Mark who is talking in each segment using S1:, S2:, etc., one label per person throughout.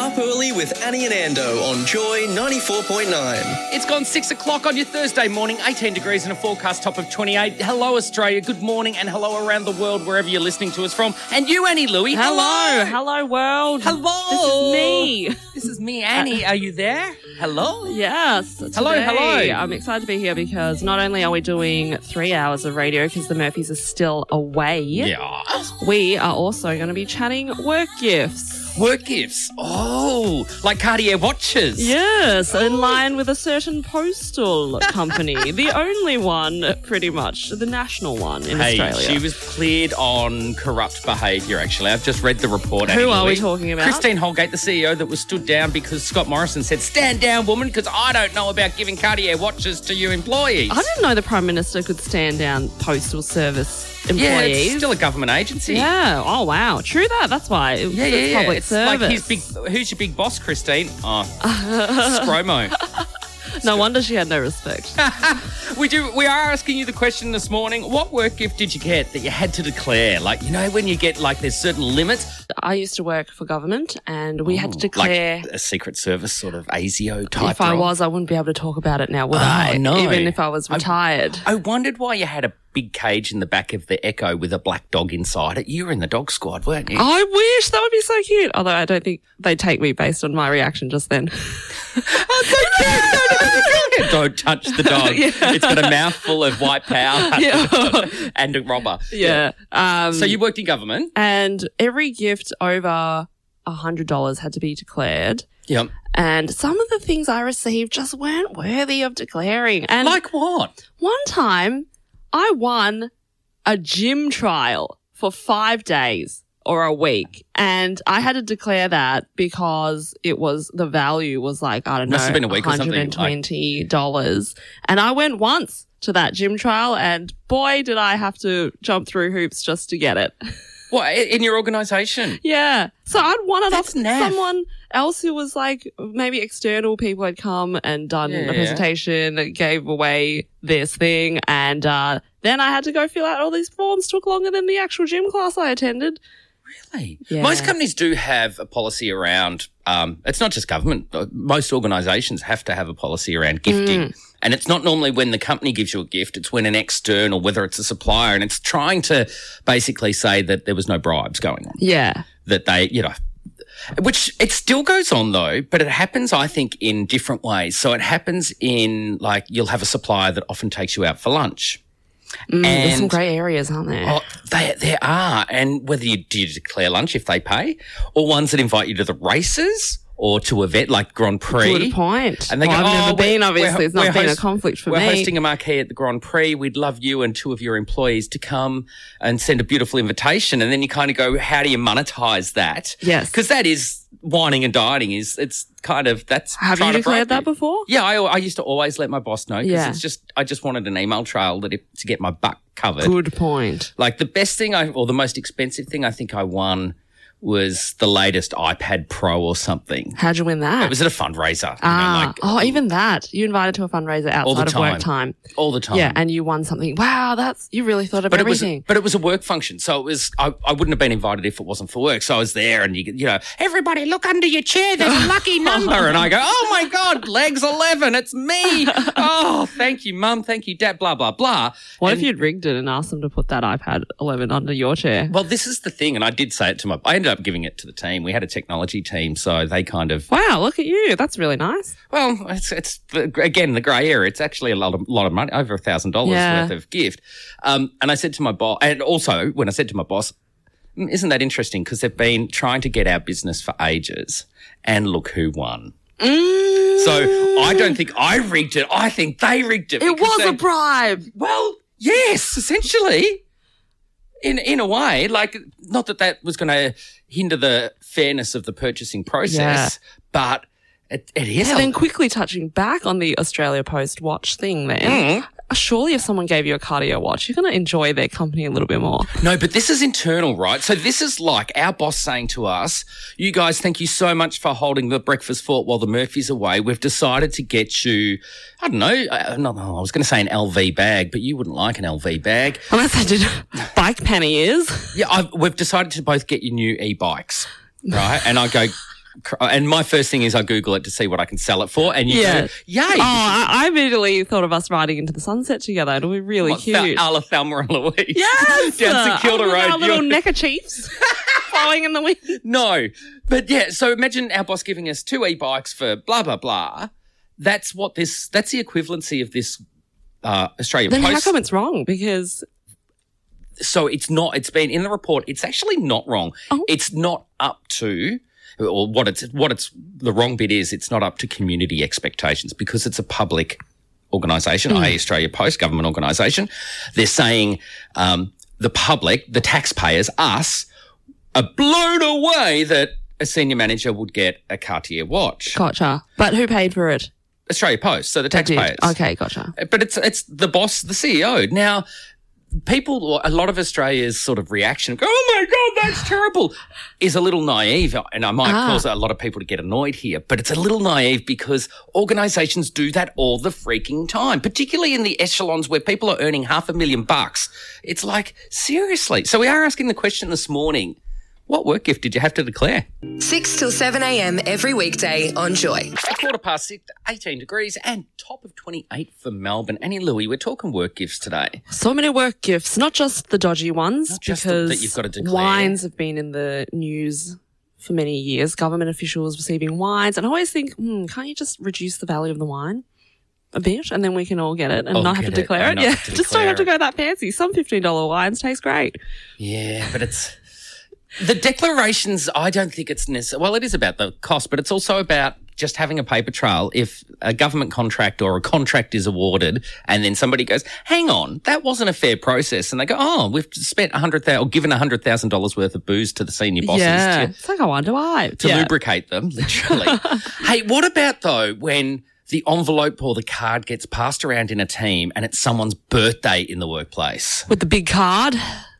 S1: Up early with Annie and Ando on Joy 94.9.
S2: It's gone six o'clock on your Thursday morning, 18 degrees and a forecast top of 28. Hello, Australia. Good morning and hello around the world, wherever you're listening to us from. And you, Annie Louie.
S3: Hello, hello world.
S2: Hello.
S3: This is me.
S2: This is me,
S3: Uh,
S2: Annie. Are you there? Hello?
S3: Yes.
S2: Hello,
S3: today
S2: hello.
S3: I'm excited to be here because not only are we doing three hours of radio because the Murphys are still away,
S2: Yeah.
S3: we are also going to be chatting work gifts.
S2: Work gifts. Oh, like Cartier watches.
S3: Yes, in line with a certain postal company, the only one, pretty much, the national one in
S2: Hey,
S3: Australia.
S2: she was cleared on corrupt behaviour, actually. I've just read the report.
S3: Who
S2: Annie
S3: are we
S2: Louie.
S3: talking about?
S2: Christine Holgate, the CEO that was stood down because Scott Morrison said, Stand down, woman, because I don't know about giving Cartier watches to your employees.
S3: I didn't know the Prime Minister could stand down postal service
S2: Yeah,
S3: employees.
S2: it's still a government agency.
S3: Yeah. Oh wow. True that. That's why. It,
S2: Yeah,
S3: it's
S2: yeah, yeah.
S3: Public
S2: it's
S3: service.
S2: like his big. Who's your big boss, Christine? Oh, Scromo.
S3: no wonder she had no respect.
S2: We do. We are asking you the question this morning. What work gift did you get that you had to declare? Like you know when you get like there's certain limits,
S3: I used to work for government, and we had to
S2: like
S3: declare.
S2: a secret service sort of ASIO type.
S3: if I
S2: role.
S3: was, I wouldn't be able to talk about it now, would
S2: Oh,
S3: I?
S2: no.
S3: Even if Ah, I was retired.
S2: I wondered why you had a big cage in the back of the Echo with a black dog inside it. You were in the dog squad, weren't you?
S3: I wish that would be so cute. Although I don't think they'd take me based on my reaction just then.
S2: Don't touch the dog.
S3: Yeah.
S2: It's got a mouthful of white power
S3: yeah.
S2: and a robber.
S3: yeah. Um,
S2: So you worked in government.
S3: and every gift over a hundred dollars had to be declared.
S2: Yep.
S3: And some of the things I received just weren't worthy of declaring. And
S2: Like what?
S3: One time, I won a gym trial for five days or a week, and I had to declare that because it was the value was like I don't
S2: Must
S3: know,
S2: have been a week or something, like-
S3: twenty dollars, and I went once to that gym trial, and boy, did I have to jump through hoops just to get it.
S2: What i- in your organisation?
S3: Yeah. So I'd won it off
S2: Ah, That's naff.
S3: someone else who was like maybe external people had come and done
S2: Yeah,
S3: a
S2: yeah.
S3: presentation, that gave away this thing, and uh, then I had to go fill out all these forms. Took longer than the actual gym class I attended.
S2: Really?
S3: Yeah.
S2: Most companies do have a policy around. Um, it's not just government. uh, Most organisations have to have a policy around gifting, and it's not normally when the company gives you a gift. It's when an external, whether it's a supplier, and it's trying to basically say that there was no bribes going on.
S3: Yeah.
S2: That they, you know. Which it still goes on though, but it happens, I think, in different ways. So it happens in like you'll have a supplier that often takes you out for lunch.
S3: Mm, there's some
S2: And-
S3: grey areas, aren't there?
S2: Oh, they, there are. And whether you do you declare lunch if they pay, or ones that invite you to the races or to event like Grand Prix.
S3: Good point.
S2: And they
S3: Well,
S2: go,
S3: I've
S2: "Oh, we're-
S3: never been,
S2: we're-
S3: obviously. It's
S2: we're
S3: not been
S2: host-
S3: a conflict for
S2: We're
S3: me.
S2: hosting a marquee at the Grand Prix. We'd love you and two of your employees to come and send a beautiful invitation. And then you kind of go, how do you monetize that?
S3: Yes.
S2: Because that is whining and dining is it's kind of that's
S3: Have you
S2: trying to bribe
S3: declared that
S2: you.
S3: before?
S2: Yeah, I, I used to always let my boss know because
S3: Yeah.
S2: it's just I just wanted an email trail that if, to get my butt covered.
S3: Good point.
S2: Like the best thing I, or the most expensive thing I think I won was the latest iPad Pro or something.
S3: How'd you win that?
S2: It was at a fundraiser, you know,
S3: ah,
S2: like
S3: oh, even that. You invited to a fundraiser
S2: All the
S3: outside of
S2: time.
S3: work time.
S2: all the time.
S3: Yeah, and you won something. Wow, that's you really thought of
S2: but it was,
S3: everything.
S2: but it was a work function, so it was. I, I wouldn't have been invited if it wasn't for work. So I was there, and you, you know, everybody look under your chair. There's a lucky number, and I go, oh my god, legs eleven, it's me. Oh, thank you, mum, thank you, dad, blah blah blah.
S3: what if
S2: And-
S3: you'd rigged it and asked them to put that iPad 11 under your chair?
S2: Well, this is the thing, and I did say it to my. I ended up giving it to the team. We had a technology team, so they kind of
S3: Wow, look at you. That's really nice.
S2: Well, it's, it's the, again the grey area. It's actually a lot of lot of money, over a thousand dollars
S3: Yeah.
S2: worth of gift. Um, and I said to my boss, and also when I said to my boss, "Mm, isn't that interesting? Because they've been trying to get our business for ages, and look who won.
S3: Mm.
S2: So I don't think I rigged it. I think they rigged it.
S3: It
S2: because
S3: was a
S2: they-
S3: bribe.
S2: well, yes, essentially. In, in a way, like, not that that was going to hinder the fairness of the purchasing process, but It, it is.
S3: And
S2: a-
S3: then quickly touching back on the Australia Post watch thing, then surely if someone gave you a cardio watch, you're going to enjoy their company a little bit more.
S2: No, but this is internal, right? So this is like our boss saying to us, you guys, thank you so much for holding the breakfast fort while the Murphy's away. We've decided to get you, I don't know, uh, no, no, I was going to say an LV bag, but you wouldn't like an LV bag.
S3: Unless I did bike penny is.
S2: Yeah, I've, we've decided to both get you new e-bikes, right? and I go, cr- uh, and my first thing is I Google it to see what I can sell it for. And you
S3: Yeah.
S2: go, yay.
S3: Oh, I, I immediately thought of us riding into the sunset together. It'll be really
S2: What,
S3: Oh, cute.
S2: Thel- a la Thelma and Louise.
S3: yes!
S2: Down St Kilda
S3: Oh, with Our
S2: Road.
S3: little
S2: You're-
S3: neckerchiefs flying in the wind.
S2: No. But yeah, so imagine our boss giving us two e bikes for blah, blah, blah. That's what this, that's the equivalency of this uh, Australia
S3: Then how
S2: Post.
S3: come it's wrong? Because
S2: so it's not, it's been in the report, it's actually not wrong.
S3: Oh.
S2: It's not up to. Or what it's what it's the wrong bit is it's not up to community expectations because it's a public
S3: Hmm.
S2: organisation, i.e. Australia Post government organisation. They're saying um, the public, the taxpayers, us, are blown away that a senior manager would get a Cartier watch.
S3: gotcha. But who paid for it?
S2: Australia Post, so the
S3: They did.
S2: taxpayers.
S3: Okay, gotcha.
S2: But it's it's the boss, the CEO. Now, people, a lot of Australia's sort of reaction, go, oh my God, that's terrible, is a little naive. And I might
S3: Ah.
S2: cause a lot of people to get annoyed here, but it's a little naive because organisations do that all the freaking time, particularly in the echelons where people are earning half a million bucks. It's like, seriously. So we are asking the question this morning what work gift did you have to declare?
S4: 6 till 7 a.m. every weekday on Joy.
S2: A quarter past six, 18 degrees, and top of 28 for Melbourne. Annie Louie, we're talking work gifts today.
S3: So many work gifts, not just the dodgy ones,
S2: Not just the-
S3: because
S2: that you've gotta declare.
S3: wines have been in the news for many years. Government officials receiving wines, and I always think, hmm, can't you just reduce the value of the wine a bit, and then we can all get it and
S2: All
S3: not have to
S2: get it
S3: declare it?
S2: and not
S3: Yeah,
S2: have to
S3: just don't have to
S2: declare
S3: go that fancy. Some fifteen dollar wines taste great.
S2: Yeah, but it's. The declarations, I don't think it's necessary. Well, it is about the cost, but it's also about just having a paper trail. If a government contract or a contract is awarded, and then somebody goes, "Hang on, that wasn't a fair process," and they go, "Oh, we've spent a hundred thousand or given a hundred thousand dollars worth of booze to the senior bosses
S3: yeah,
S2: to,
S3: it's like I wonder why.
S2: to
S3: yeah.
S2: lubricate them, literally. hey, what about though when the envelope or the card gets passed around in a team and it's someone's birthday in the workplace?
S3: with the big card.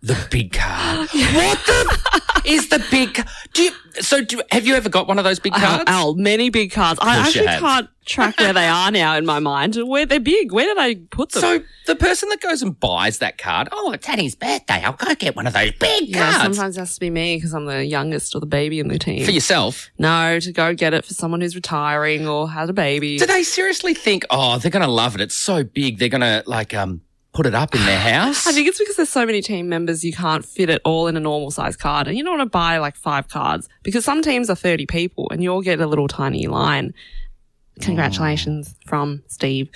S2: The big card. what the is the big? ca- Do you, so? Do, have you ever got one of those big
S3: Al,
S2: cards?
S3: Uh, Al, many big cards. I
S2: course you
S3: actually
S2: have.
S3: can't track where they are now in my mind. Where they're big. Where did I put them?
S2: So the person that goes and buys that card, oh, it's Annie's birthday. I'll go get one of those big
S3: Yeah,
S2: cards
S3: sometimes it has to be me because I'm the youngest or the baby in the team.
S2: for yourself.
S3: no, to go get it for someone who's retiring or had a baby.
S2: Do they seriously think, oh, they're going to love it? It's so big. They're going to like um put it up in their house.
S3: I think it's because there's so many team members you can't fit it all in a normal size card, and you don't want to buy like five cards because some teams are 30 people, and you all get a little tiny line. Congratulations from Steve.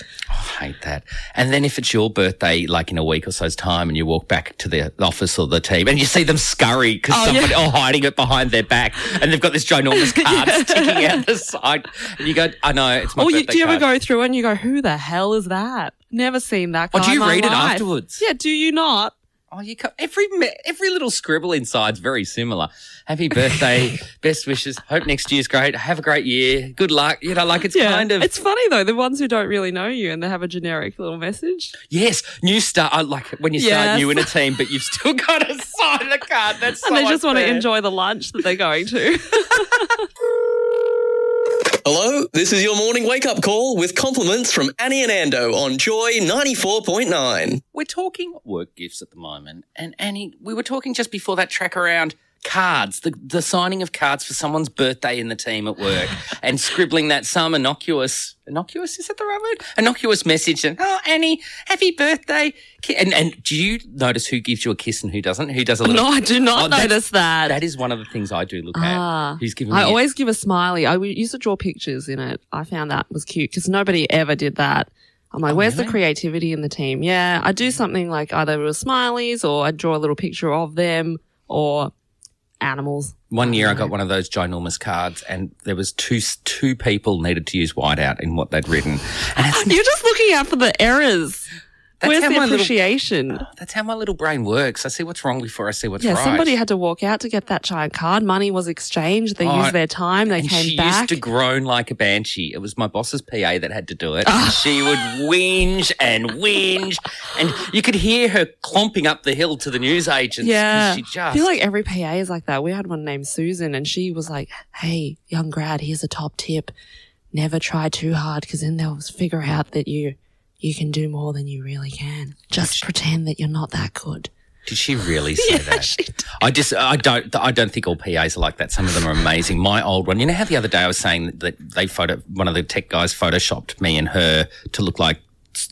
S2: hate that. And then if it's your birthday, like in a week or so's time, and you walk back to the office or the team, and you see them scurry because
S3: Oh, yeah.
S2: somebody are hiding it behind their back, and they've got this ginormous card sticking out the side, and you go, "I know it's my
S3: Or
S2: birthday."
S3: Oh, you, do you ever
S2: card."
S3: go through and you go, "Who the hell is that? Never seen that."
S2: Or
S3: Card
S2: Oh, do
S3: in
S2: you
S3: my
S2: read it
S3: life."
S2: afterwards?
S3: Yeah, do you not?
S2: Oh, you co- every me- every little scribble inside's very similar. Happy birthday, best wishes. Hope next year's great. Have a great year. Good luck. You know, like it's kind of
S3: It's funny though, the ones who don't really know you and they have a generic little message.
S2: yes, new start. I like it when you
S3: Yes.
S2: start new in a team, but you've still got to sign the card. That's so
S3: and they just want to
S2: unfair.
S3: enjoy the lunch that they're going to.
S1: Hello, this is your morning wake up call with compliments from Annie and Ando on Joy 94.9.
S2: We're talking work gifts at the moment. And Annie, we were talking just before that track around cards, the, the signing of cards for someone's birthday in the team at work and scribbling that some innocuous, innocuous, is that the right word? Innocuous message and, oh, Annie, happy birthday. Ki- And, and do you notice who gives you a kiss and who doesn't? Who does a little?
S3: no, I do
S2: Oh,
S3: not
S2: that's-
S3: notice that.
S2: That is one of the things I do look at.
S3: Ah.
S2: Who's giving me
S3: I
S2: a-
S3: always give a smiley. I w- used to draw pictures in it. I found that was cute because nobody ever did that. I'm like, where's the creativity in the team? Yeah, I do something like either with smileys or I draw a little picture of them or animals.
S2: One year I got one of those ginormous cards and there was two, two people needed to use whiteout in what they'd written. And it's
S3: You're just looking out for the errors.
S2: That's
S3: Where's
S2: how
S3: the
S2: my little
S3: appreciation?
S2: That's how my little brain works. I see what's wrong before I see what's
S3: yeah,
S2: right.
S3: somebody had to walk out to get that giant card. Money was exchanged. They
S2: Oh,
S3: used their time. They
S2: and
S3: came
S2: she used
S3: back.
S2: to groan like a banshee. It was my boss's PA that had to do it. And
S3: Ah.
S2: She would whinge and whinge, and you could hear her clomping up the hill to the newsagents. 'cause
S3: yeah,
S2: she
S3: I
S2: just
S3: feel like every PA is like that. We had one named Susan, and she was like, "Hey, young grad, here's a top tip: never try too hard, because then they'll figure out that you you can do more than you really can. Just pretend that you're not that good."
S2: Did she really say that? I just I don't I don't think all PAs are like that. Some of them are amazing. My old one, you know how the other day I was saying that they photo one of the tech guys photoshopped me and her to look like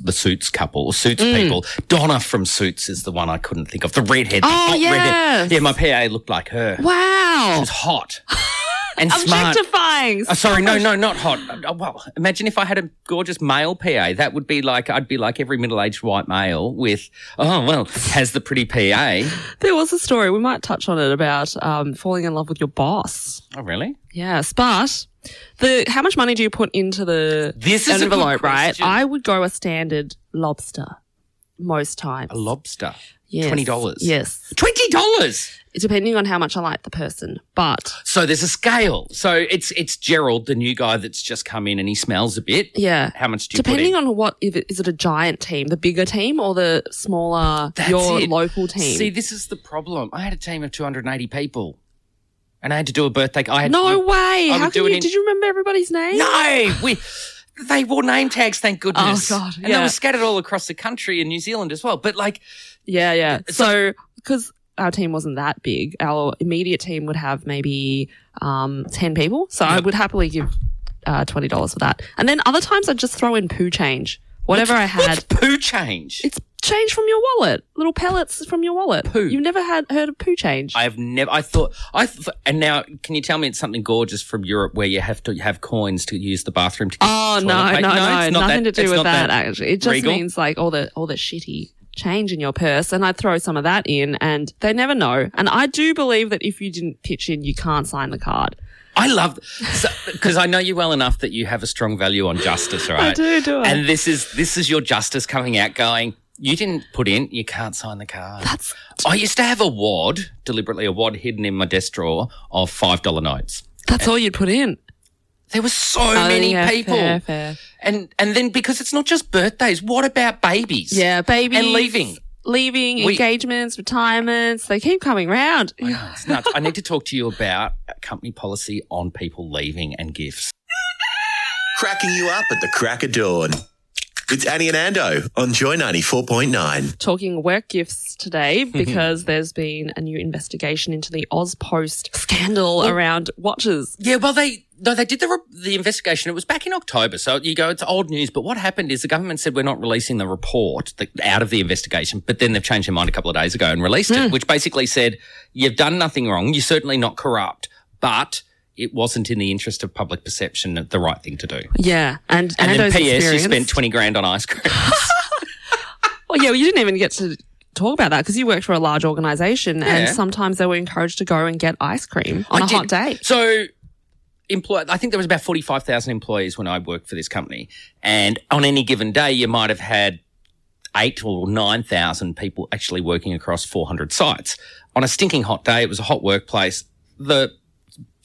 S2: the Suits couple or Suits
S3: Mm.
S2: people. Donna from Suits is the one I couldn't think of. The redhead. the
S3: Oh,
S2: hot
S3: yes.
S2: redhead. Yeah, my PA looked like her. She
S3: Wow,
S2: was hot and smart.
S3: objectifying.
S2: Oh, sorry, no, no, not hot. Uh, Well, imagine if I had a gorgeous male PA. That would be like I'd be like every middle-aged white male with, oh well, has the pretty PA.
S3: There was a story we might touch on it about um, falling in love with your boss.
S2: Oh really?
S3: Yes, but the how much money do you put into the
S2: This is a good
S3: envelope, right?
S2: question.
S3: I would go a standard lobster most times.
S2: A lobster.
S3: Yes.
S2: $20.
S3: Yes,
S2: Twenty dollars.
S3: depending on how much I like the person, but
S2: So there's a scale. So it's it's Gerald, the new guy that's just come in and he smells a bit.
S3: yeah,
S2: How much do you
S3: depending
S2: put in?
S3: on what if it, is it a giant team, the bigger team, or the smaller
S2: That's
S3: your
S2: it.
S3: local team?
S2: See, this is the problem. I had a team of 280 people, and I had to do a birthday. I had
S3: no way!
S2: I
S3: How
S2: would do
S3: can you?
S2: it in-
S3: Did you remember everybody's name?
S2: No, we. They wore name tags, thank goodness.
S3: Oh, God,
S2: And
S3: yeah.
S2: they were scattered all across the country in New Zealand as well. But like,
S3: Yeah, yeah. So, because our team wasn't that big, our immediate team would have maybe um, 10 people. So I would happily give uh, $20 for that. And then other times I'd just throw in poo change, whatever I
S2: what's
S3: had.
S2: poo change?
S3: It's change from your wallet, little pellets from your wallet.
S2: Poo.
S3: You've never had heard of poo change.
S2: I have never. I thought. I th- and now, can you tell me it's something gorgeous from Europe where you have to have coins to use the bathroom? To get
S3: Oh
S2: toilet
S3: no, no,
S2: paper?
S3: no,
S2: it's not
S3: nothing
S2: that-
S3: to do
S2: it's
S3: with
S2: not
S3: that, Actually, it just
S2: regal.
S3: means like all the all the shitty change in your purse, and I throw some of that in, and they never know. And I do believe that if you didn't pitch in, you can't sign the card.
S2: I love because I know you well enough that you have a strong value on justice, right?
S3: do, do I?
S2: And this is this is your justice coming out, going. You didn't put in. You can't sign the card.
S3: That's
S2: I used to have a wad, deliberately a wad hidden in my desk drawer of five dollar notes.
S3: that's all you'd put in.
S2: There were so many
S3: Oh, yeah,
S2: people,
S3: fair, fair.
S2: and and then because it's not just birthdays. What about babies?
S3: Yeah, babies
S2: And leaving.
S3: leaving
S2: We-
S3: engagements, retirements. They keep coming round.
S2: I know, it's nuts. I need to talk to you about a company policy on people leaving and gifts.
S5: Cracking you up at the crack of dawn. It's Annie and Ando on Joy 94.9.
S3: Talking work gifts today because there's been a new investigation into the OzPost scandal around watches.
S2: Yeah, well, they no, they did the re- the investigation. It was back in October, so you go, it's old news. But what happened is the government said we're not releasing the report the, out of the investigation, but then they've changed their mind a couple of days ago and released it, which basically said you've done nothing wrong. You're certainly not corrupt, but it wasn't in the interest of public perception the right thing to do.
S3: Yeah, and
S2: And then,
S3: Ando's
S2: P.S. You
S3: experienced-
S2: spent twenty grand on ice cream.
S3: Well, yeah, well, you didn't even get to talk about that because you worked for a large organization and
S2: Yeah.
S3: sometimes they were encouraged to go and get ice cream on a
S2: I
S3: hot
S2: did.
S3: day.
S2: So, employ- I think there was about 45,000 employees when I worked for this company. And on any given day, you might have had eight or 9,000 people actually working across 400 sites. On a stinking hot day, it was a hot workplace. The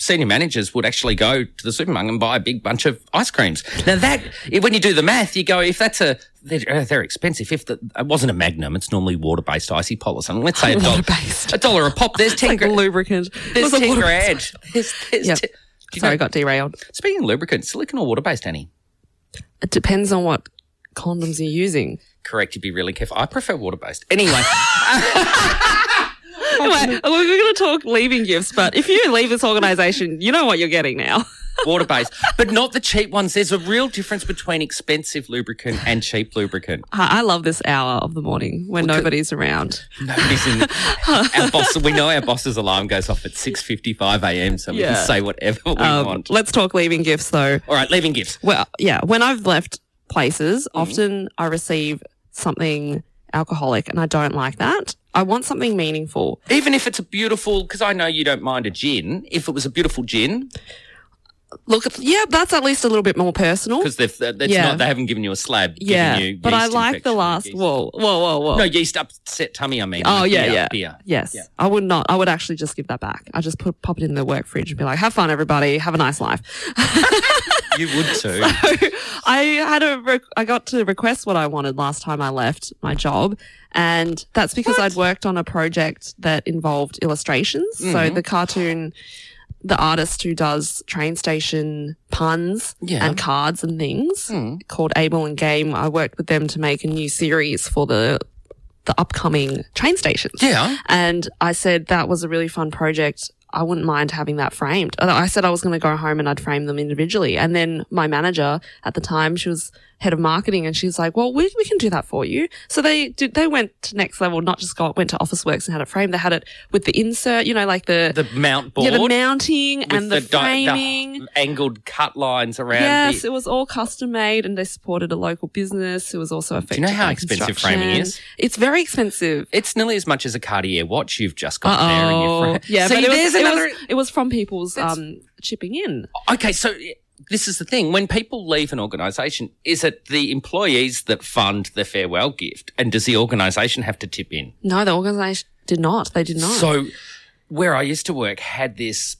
S2: senior managers would actually go to the supermarket and buy a big bunch of ice creams. Now that when you do the math, you go if that's a they're, uh, they're expensive. If the, it wasn't a Magnum, it's normally water based icy policy. Let's say a dollar,
S3: Water-based.
S2: a dollar a pop. There's ten
S3: Like
S2: grand.
S3: lubricant.
S2: There's
S3: Was it
S2: ten
S3: water-
S2: grand. There's, there's
S3: Yep.
S2: te- Do you
S3: Sorry,
S2: know-
S3: got derailed.
S2: speaking of lubricant, silicon or water based, Annie?
S3: It depends on what condoms you're using.
S2: Correct. You'd be really careful. I prefer water based. Anyway,
S3: Anyway, well, we're going to talk leaving gifts, but if you leave this organization, you know what you're getting now.
S2: water based, but not the cheap ones. There's a real difference between expensive lubricant and cheap lubricant.
S3: I I love this hour of the morning when nobody's around.
S2: Nobody's in our boss. We know our boss's alarm goes off at six fifty five a.m. So we
S3: Yeah.
S2: can say whatever we
S3: Um,
S2: want.
S3: let's talk leaving gifts though.
S2: All right, leaving gifts.
S3: Well, yeah, when I've left places, often I receive something alcoholic and I don't like that. I want something meaningful.
S2: Even if it's a beautiful, because I know you don't mind a gin. If it was a beautiful gin,
S3: Look, it's- yeah, that's at least a little bit more personal.
S2: because they've it's
S3: Yeah.
S2: not they haven't given you a slab. giving
S3: Yeah,
S2: you
S3: but I
S2: yeast
S3: like the
S2: infection,
S3: last.
S2: yeast-
S3: Whoa, whoa, whoa, whoa.
S2: No yeast upset tummy. I mean.
S3: Oh,
S2: like
S3: yeah,
S2: beer,
S3: yeah.
S2: Beer.
S3: Yes,
S2: Yeah.
S3: I would not. I would actually just give that back. I just put pop it in the work fridge and be like, "Have fun, everybody. Have a nice life."
S2: You would too.
S3: I had a re- I got to request what I wanted last time I left my job, and that's because I'd worked on a project that involved illustrations.
S2: Mm-hmm.
S3: So the cartoon, the artist who does train station puns
S2: Yeah. Hmm.
S3: and cards and things called Able and Game. I worked with them to make a new series for the the upcoming train stations.
S2: yeah.
S3: And I said that was a really fun project. I wouldn't mind having that framed. And I said I was going to go home and I'd frame them individually. And then my manager at the time, she was head of marketing and she was like, well, we, we can do that for you. So they did, they went to next level, not just got, went to Office Works and had it framed. They had it with the insert, you know, like the,
S2: The mount board.
S3: yeah, the mounting
S2: with
S3: and the,
S2: di-
S3: framing.
S2: angled cut lines around.
S3: Yes,
S2: the,
S3: it was all custom made, and they supported a local business who was also affected.
S2: you know how
S3: by
S2: expensive
S3: construction.
S2: framing is?
S3: It's very expensive.
S2: it's nearly as much as a Cartier watch you've just got there. In your
S3: Uh oh.
S2: front.
S3: Yeah,
S2: See,
S3: but it was,
S2: there's
S3: it,
S2: another.
S3: was, it was from people's um, chipping in.
S2: Okay, so this is the thing. When people leave an organisation, is it the employees that fund the farewell gift? And does the organisation have to tip in?
S3: No, the organisation did not. They did not.
S2: So where I used to work had this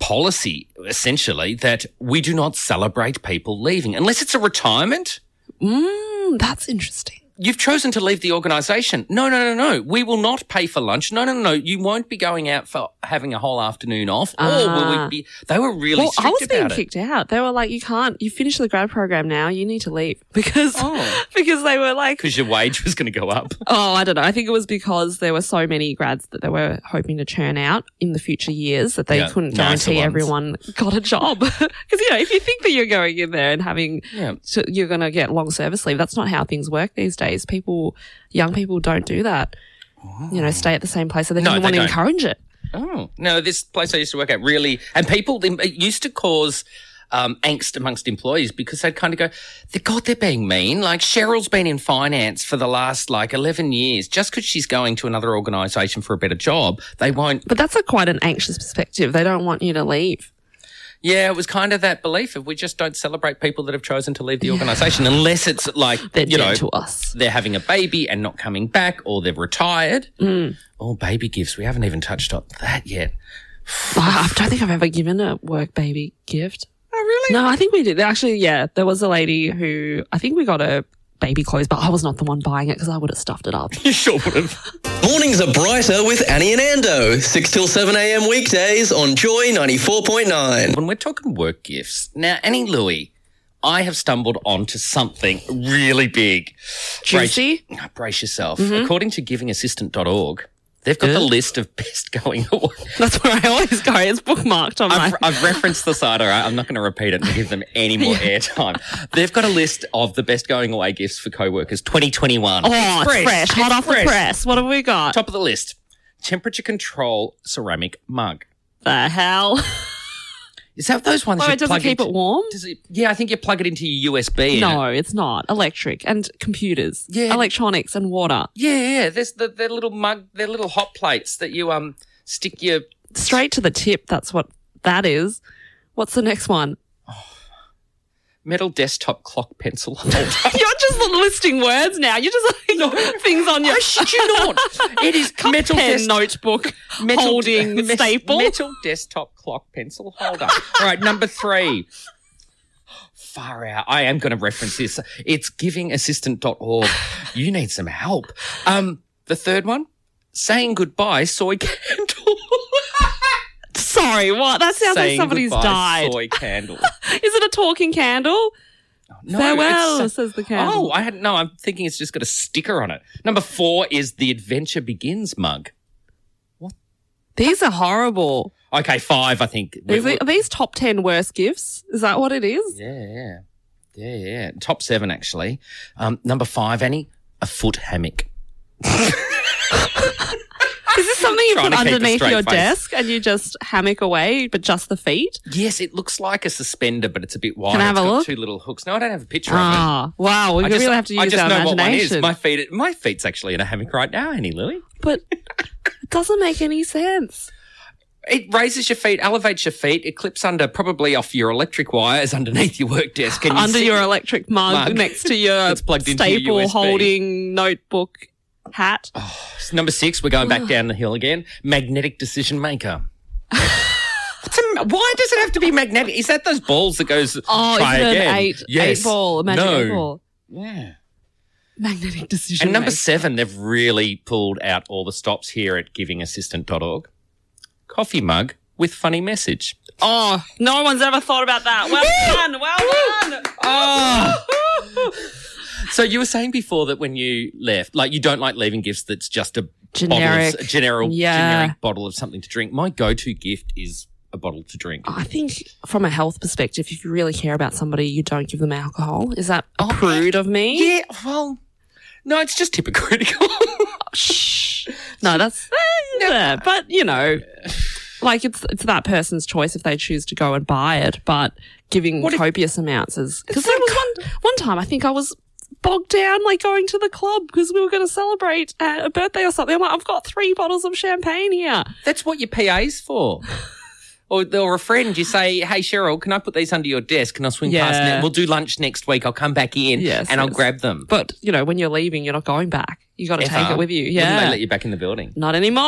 S2: policy essentially that we do not celebrate people leaving unless it's a retirement.
S3: mm, that's interesting.
S2: You've chosen to leave the organisation. No, no, no, no. We will not pay for lunch. No, no, no, no. You won't be going out for having a whole afternoon off. Or will
S3: Ah.
S2: we be? They were really
S3: well,
S2: strict
S3: I was being
S2: about it.
S3: kicked out. They were like, "You can't. You finish the grad program now. You need to leave because
S2: Oh.
S3: because they were like,
S2: because your wage was going to go up.
S3: Oh, I don't know. I think it was because there were so many grads that they were hoping to churn out in the future years that they
S2: Yeah,
S3: couldn't
S2: nicer
S3: guarantee
S2: ones.
S3: everyone got a job. Because, you know, if you think that you're going in there and having,
S2: Yeah.
S3: so you're going to get long service leave, that's not how things work these days. People, young people don't do that. You know, stay at the same place. So they
S2: No,
S3: didn't
S2: they
S3: want to
S2: don't.
S3: encourage it.
S2: Oh no, this place I used to work at really, and people it used to cause. Um, angst amongst employees because they'd kind of go, "The God, they're being mean." Like Cheryl's been in finance for the last like eleven years. Just because she's going to another organisation for a better job, they won't.
S3: But that's a quite an anxious perspective. They don't want you to leave.
S2: Yeah, it was kind of that belief of we just don't celebrate people that have chosen to leave the organisation unless it's like
S3: They're
S2: you
S3: dead
S2: know
S3: to us.
S2: they're having a baby and not coming back, or they're retired. Or baby gifts. We haven't even touched on that yet.
S3: I I don't think I've ever given a work baby gift. Oh, really? No, I think we did. Actually, yeah, there was a lady who I think we got a baby clothes, but I was not the one buying it because I would have stuffed it up.
S2: You sure would have.
S1: Mornings are brighter with Annie and Ando, 6 till 7 a.m. weekdays on Joy 94.9.
S2: When we're talking work gifts, now, Annie Louie, I have stumbled onto something really big.
S3: Juicy? Mm-hmm.
S2: Brace, brace yourself. According to givingassistant.org, they've got the list of best going away.
S3: That's where I always go. It's bookmarked on my.
S2: I've, I've referenced the site, all right? I'm not going to repeat it and give them any more airtime. They've got a list of the best going away gifts for co workers 2021.
S3: Oh, it's fresh, hot off the press. What have we got?
S2: Top of the list temperature control ceramic mug.
S3: the hell?
S2: Is that those ones
S3: Oh,
S2: you
S3: it doesn't
S2: plug
S3: keep
S2: into-
S3: it warm.
S2: Does it, yeah, I think you plug it into your USB. and
S3: No, it's not. Electric and computers,
S2: Yeah.
S3: electronics and water.
S2: Yeah, yeah. There's the their little mug, their little hot plates that you um stick your
S3: Straight to the tip. That's what that is. What's the next one?
S2: metal desktop clock pencil holder.
S3: You're just listing words now. You're just like things on your.
S2: I shit you not. It is metal
S3: pen
S2: des-
S3: notebook
S2: metal
S3: holding
S2: mes-
S3: staple.
S2: Metal desktop clock pencil holder. All right, number three. Far out. I am going to reference this. It's givingassistant.org. You need some help. Um, the third one, saying goodbye, soy candle.
S3: Sorry, what? That sounds
S2: Saying
S3: like somebody's
S2: goodbye,
S3: died.
S2: Soy candle.
S3: Is it a talking candle?
S2: No,
S3: Farewell,
S2: it's-
S3: says the
S2: Oh,
S3: candle.
S2: I had no. I'm thinking it's just got a sticker on it. Number four is the Adventure Begins mug.
S3: These are horrible.
S2: Okay, five. I think.
S3: Is it- are these top 10 worst gifts? Is that what it is?
S2: yeah, yeah, yeah, yeah. Top seven actually. Um, number five, Annie, a foot hammock.
S3: Is this something you
S2: Trying
S3: put
S2: to keep a
S3: underneath
S2: straight
S3: your
S2: face.
S3: desk and you just hammock away, but just the feet?
S2: Yes, it looks like a suspender, but it's a bit wide.
S3: I have
S2: It's
S3: a
S2: got
S3: look?
S2: Two little hooks. No, I don't have a picture of it.
S3: Ah, wow. We
S2: I just,
S3: really have to use
S2: I just
S3: our
S2: know what one
S3: imagination.
S2: is. My feet. My feet's actually in a hammock right now, Annie Louie.
S3: But it doesn't make any sense.
S2: It raises your feet, elevates your feet. It clips under, probably off your electric wires underneath your work desk. And you
S3: under
S2: sit-
S3: your electric mug,
S2: Mug.
S3: next to your
S2: It's plugged into your
S3: staple
S2: USB.
S3: holding notebook hat.
S2: number six, we're going back down the hill again. Magnetic decision maker. What's a, why does it have to be magnetic? Is that those balls that goes?
S3: Oh,
S2: try
S3: isn't it
S2: again?
S3: an eight,
S2: yes.
S3: eight ball? Magic
S2: no.
S3: eight ball.
S2: Yeah.
S3: Magnetic decision.
S2: And number
S3: maker.
S2: seven, they've really pulled out all the stops here at givingassistant.org. Coffee mug with funny message.
S3: Oh, no one's ever thought about that. Well done. Well done.
S2: Oh.
S3: Ah!
S2: so you were saying before that when you left, like you don't like leaving gifts that's just a bottle of,
S3: Generic.
S2: a general,
S3: Yeah.
S2: generic bottle of something to drink. My go-to gift is a bottle to drink.
S3: Oh, I think from a health perspective, if you really care about somebody, you don't give them alcohol. Is that a prude of me?
S2: Oh, Yeah, well, no, it's just hypocritical.
S3: Shh. No, that's yeah, but you know, like it's it's that person's choice if they choose to go and buy it. But giving
S2: What if-
S3: copious amounts is because there was one one time I think I was bogged down like going to the club because we were going to celebrate uh, a birthday or something. I'm like, I've got three bottles of champagne here.
S2: That's what your PA's for. Or, or a friend, you say, "Hey Cheryl, can I put these under your desk? And I'll swing past?
S3: Yeah.
S2: Ne- we'll do lunch next week. I'll come back in,
S3: Yes,
S2: and I'll
S3: yes.
S2: grab them."
S3: But you know, when you're leaving, you're not going back. You got to take
S2: Ever.
S3: it with you.
S2: Wouldn't they
S3: Yeah,
S2: let you back in the building?
S3: not anymore.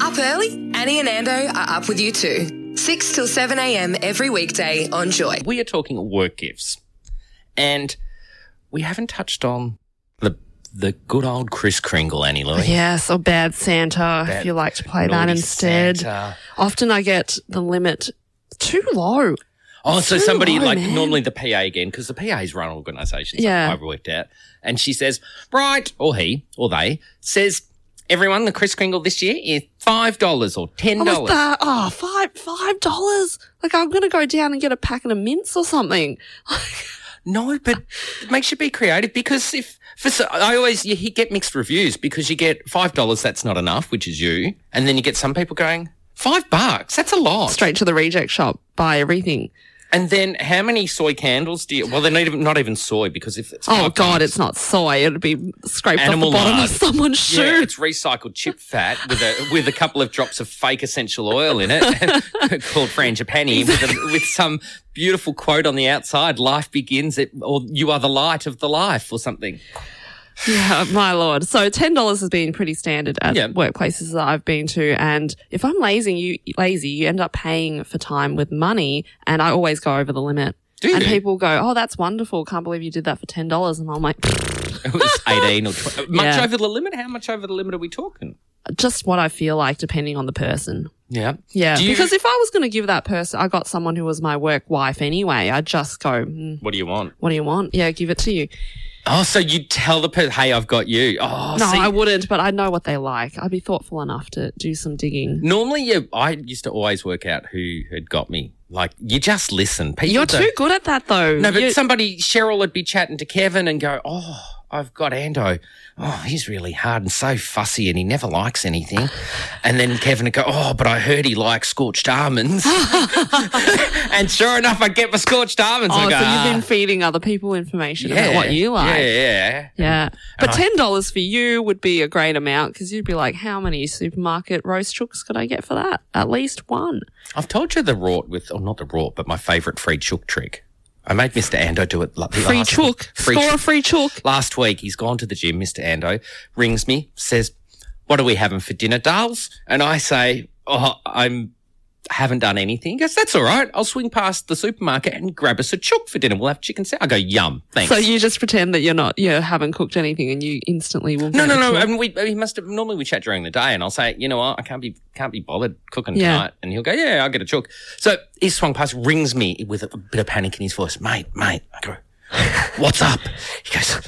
S4: Up early? Annie and Ando are up with you too. 6 till 7 a.m. every weekday on Joy.
S2: We are talking work gifts, and we haven't touched on the the good old Chris Kringle, Annie Louie.
S3: Yes, or Bad Santa, if
S2: Bad-
S3: you like to play that
S2: Naughty
S3: instead.
S2: Santa.
S3: Often I get the limit too low.
S2: Oh, so
S3: So
S2: somebody
S3: low,
S2: like
S3: man.
S2: normally the PA again because the PA's run organisations.
S3: Yeah.
S2: I've worked out, and she says, right, or he or they says, everyone, the Chris Kringle this year is five dollars or ten
S3: I was
S2: dollars.
S3: that? Oh, five five dollars. Like I'm gonna go down and get a packet of mints or something.
S2: No, but it makes you be creative because if for so, I always you, you get mixed reviews because you get five dollars that's not enough, which is you, and then you get some people going five bucks that's a lot.
S3: Straight to the reject shop, buy everything.
S2: And then how many soy candles do you? Well, they're not even, not even soy because if it's
S3: Oh
S2: five
S3: god,
S2: bucks-
S3: it's not soy. It'd be scraped
S2: Animal
S3: off the bottom
S2: lard.
S3: of someone's shoe.
S2: Yeah, it's recycled chip fat with a with a couple of drops of fake essential oil in it, called frangipani, with, a, with some beautiful quote on the outside: "Life begins at, or you are the light of the life," or something.
S3: Yeah, my lord. So ten dollars has been pretty standard at
S2: Yeah.
S3: workplaces that I've been to, and if I'm lazy, you lazy, you end up paying for time with money, and I always go over the limit.
S2: Do
S3: and
S2: you?
S3: people go, "Oh, that's wonderful! Can't believe you did that for ten dollars." And I'm like,
S2: It was 18 or 20. Much
S3: Yeah.
S2: over the limit? How much over the limit are we talking?
S3: just what I feel like, depending on the person.
S2: Yeah.
S3: Yeah,
S2: Do you-
S3: because if I was going to give that person, I got someone who was my work wife anyway. I'd just go, mm,
S2: What do you want?
S3: "What do you want? Yeah, give it to you."
S2: Oh, so you tell the person, hey, I've got you. Oh,
S3: no,
S2: see,
S3: I wouldn't, but I know what they like. I'd be thoughtful enough to do some digging.
S2: normally you, I used to always work out who had got me. Like, you just listen. People
S3: You're
S2: don't-
S3: too good at that, though.
S2: No, but
S3: You-
S2: somebody, Cheryl would be chatting to Kevin and go, oh, I've got Ando. Oh, he's really hard and so fussy and he never likes anything. And then Kevin would go, oh, but I heard he likes scorched almonds. and sure enough, I get my scorched almonds. I
S3: Oh,
S2: go,
S3: so you've
S2: "Ah."
S3: been feeding other people information about what you like.
S2: Yeah,
S3: Yeah.
S2: yeah.
S3: But ten dollars for you would be a great amount because you'd be like, how many supermarket roast chooks could I get for that? At least one.
S2: I've told you the rort with, oh, not the rort, but my favourite free chook trick. I made Mr. Ando do it. la- the
S3: Free
S2: last-
S3: chook.
S2: Free
S3: Score a
S2: chook.
S3: free chook.
S2: Last week, he's gone to the gym, Mr. Ando, rings me, says, what are we having for dinner, Dales? And I say, oh, I'm, haven't done anything. He goes, that's all right. I'll swing past the supermarket and grab us a chook for dinner. We'll have chicken salad. I go, yum. Thanks.
S3: So you just pretend that you're not, you haven't cooked anything, and you instantly will.
S2: No,
S3: get
S2: no,
S3: a
S2: no.
S3: chook.
S2: And we, we must have normally we chat during the day, and I'll say, you know what, I can't be can't be bothered cooking
S3: Yeah.
S2: tonight, and he'll go, yeah, I'll get a chook. So he swung past, rings me with a bit of panic in his voice, mate, mate. I go, what's up? He goes,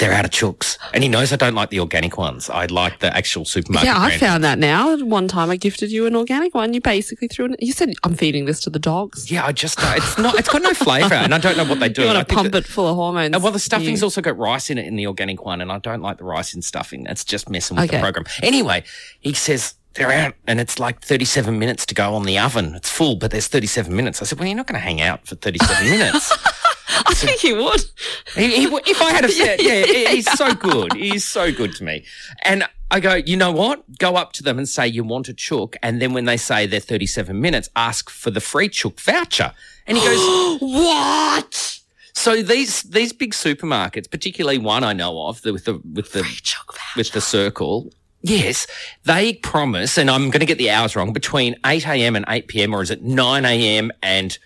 S2: they're out of chooks, and he knows I don't like the organic ones. I like the actual supermarket.
S3: Yeah, I
S2: brand.
S3: found that now. One time I gifted you an organic one. You basically threw it. You said, I'm feeding this to the dogs.
S2: Yeah, I just it's not it's got no flavour, and I don't know what they do.
S3: You
S2: and I
S3: want to
S2: think
S3: pump
S2: that-
S3: it full of hormones.
S2: Uh, Well, the stuffing's also got rice in it in the organic one, and I don't like the rice in stuffing. That's just messing with the
S3: Okay.
S2: program. Anyway, he says they're out, and it's like 37 minutes to go on the oven. It's full, but there's 37 minutes. I said, well, you're not going to hang out for 37 minutes.
S3: I think he would.
S2: He, he, w- if I had a set, yeah, he- he's so good. He's so good to me. And I go, you know what? Go up to them and say you want a chook. And then when they say they're 37 minutes, ask for the free chook voucher. And he goes, what? So these these big supermarkets, particularly one I know of, the, with the with the with the circle, yes, they promise, and I'm going to get the hours wrong, between 8 a.m. and 8 p.m. or is it 9 a.m. and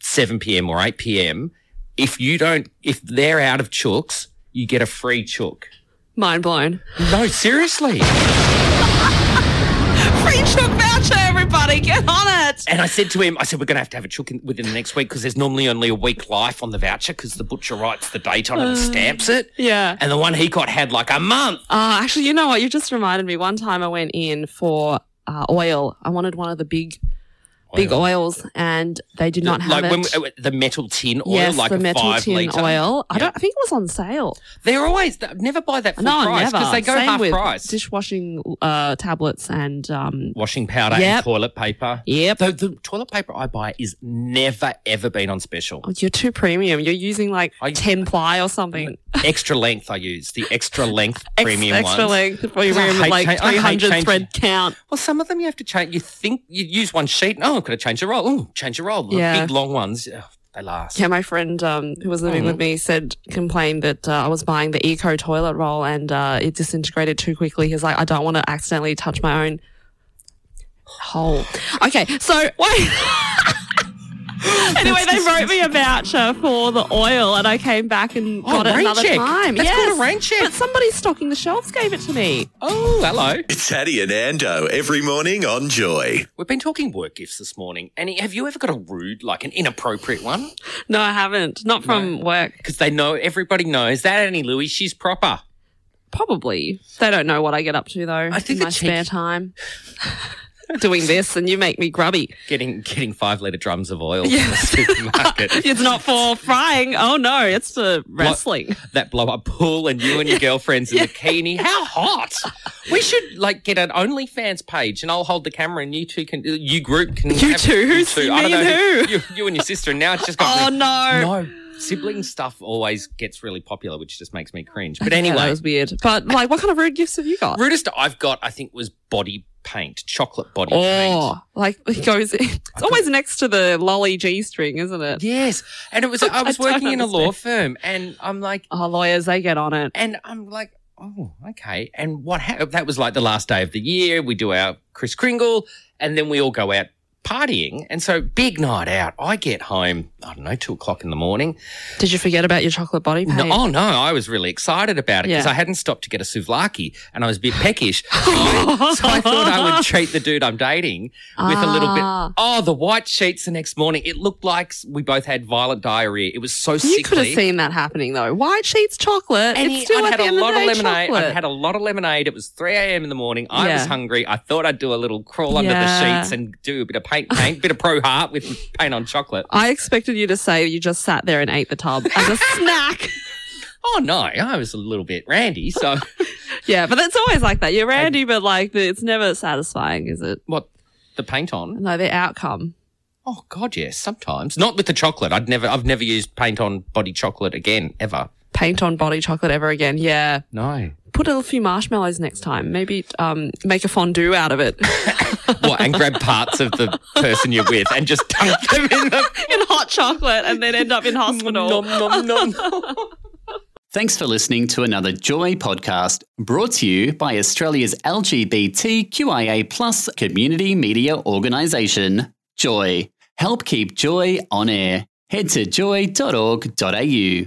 S2: 7 p.m. or 8 p.m. If you don't, if they're out of chooks, you get a free chook.
S3: Mind blown.
S2: No, seriously.
S3: Free chook voucher, everybody. Get on it.
S2: And I said to him, I said, we're going to have to have a chook in, within the next week because there's normally only a week life on the voucher because the butcher writes the date on it and stamps it.
S3: Uh, Yeah.
S2: And the one he got had like a month.
S3: Uh, actually, you know what? You just reminded me. One time I went in for uh, oil. I wanted one of the big, big oils, and they did not have
S2: like
S3: it.
S2: when we- the metal tin oil,
S3: yes,
S2: like
S3: the
S2: a
S3: metal
S2: five
S3: tin
S2: litre.
S3: oil. I
S2: Yeah.
S3: don't. I think it was on sale.
S2: They're always they- never buy that full
S3: no,
S2: price
S3: never.
S2: because they go
S3: Same
S2: half
S3: with
S2: price.
S3: Dishwashing uh, tablets and um.
S2: Washing powder
S3: Yep.
S2: and toilet paper.
S3: Yep.
S2: Though the toilet paper I buy is never ever been on special.
S3: Oh, You're too premium. You're using like
S2: I-
S3: ten ply or something.
S2: extra length I use the extra length
S3: Ex-
S2: premium
S3: extra
S2: ones.
S3: length for your
S2: I
S3: room,
S2: hate
S3: like
S2: cha- I hate
S3: three hundred
S2: changing-
S3: thread count.
S2: Well, some of them you have to change. You think you use one sheet. and, Oh, I've got to change the roll. Oh, change the roll. The
S3: Yeah.
S2: big long ones. ugh, they last.
S3: Yeah, my friend um, who was
S2: Mm.
S3: living with me said complained that uh, I was buying the eco toilet roll and uh, it disintegrated too quickly. He's like, I don't want to accidentally touch my own hole. Okay, so wait. anyway, they wrote me a voucher for the oil, and I came back and
S2: Oh,
S3: got it
S2: rain
S3: another
S2: check.
S3: time.
S2: That's
S3: yes,
S2: called a rain check.
S3: But somebody stocking the shelves gave it to me.
S2: Oh, hello.
S5: It's Addy and Ando every morning on Joy.
S2: We've been talking work gifts this morning. Annie, have you ever got a rude, like an inappropriate one?
S3: No, I haven't. Not from work.
S2: Because they know everybody knows that Annie Louie, she's proper.
S3: Probably. They don't know what I get up to though. I
S2: think
S3: in my
S2: the
S3: spare
S2: cheeky-
S3: time. Doing this and you make me grubby.
S2: Getting getting five litre drums of oil from the supermarket.
S3: It's not for frying. Oh no, it's for wrestling.
S2: that blow up pool and you and your girlfriend's in bikini. How hot! We should like get an OnlyFans page and I'll hold the camera and you two can, you group can.
S3: You two? Who's- you
S2: I don't
S3: mean
S2: know.
S3: who?
S2: You, you and your sister. And now it's just
S3: Oh
S2: got.
S3: no.
S2: no. Sibling stuff always gets really popular, which just makes me cringe. But
S3: Yeah, that
S2: anyway,
S3: was weird. But like, what kind of rude gifts have you got?
S2: rudest I've got, I think, was body paint, chocolate body paint.
S3: Oh, like it goes. It's always next to the lolly G string, isn't it?
S2: Yes, and it was I was
S3: I don't
S2: working in a law firm, and I'm like,
S3: Oh, lawyers, they get on it.
S2: and I'm like, oh, okay. And what happened? That was like the last day of the year. We do our Chris Kringle, and then we all go out partying. And so big night out. I get home, I don't know, two o'clock in the morning.
S3: Did you forget about your chocolate body paint?
S2: No, oh no, I was really excited about it because
S3: Yeah.
S2: I hadn't stopped to get a souvlaki, and I was a bit peckish. So I thought I would treat the dude I'm dating with a little bit.
S3: Ah.
S2: Oh, the white sheets the next morning. It looked like s- we both had violent diarrhea. It was so sickly.
S3: You could have seen that happening though. White sheets, chocolate.
S2: And
S3: it's
S2: he-
S3: still
S2: I'd had
S3: at the
S2: a
S3: end
S2: lot
S3: of, the day,
S2: of lemonade.
S3: Chocolate.
S2: I'd had a lot of lemonade. It was 3 a.m. in the morning. I was
S3: Yeah.
S2: hungry. I thought I'd do a little crawl under
S3: Yeah.
S2: the sheets and do a bit of paint, paint, bit of pro heart with paint on chocolate.
S3: I expected you to say you just sat there and ate the tub as a snack.
S2: Oh no, I was a little bit randy. So
S3: Yeah, but it's always like that. You're randy, but like the, it's never satisfying, is it?
S2: what? The paint on?
S3: No, the outcome.
S2: Oh god, yes. Sometimes not with the chocolate. I'd never. I've never used paint on body chocolate again ever.
S3: Paint on body chocolate ever again. Yeah.
S2: No.
S3: Put a few marshmallows next time. Maybe um, make a fondue out of it in
S2: what? And grab parts of the person you're with and just dunk them in the
S3: hot chocolate and then end up in hospital.
S2: nom nom nom.
S6: Thanks for listening to another Joy podcast brought to you by Australia's LGBTQIA plus community media organisation, Joy. Help keep Joy on air. Head to joy.org.au.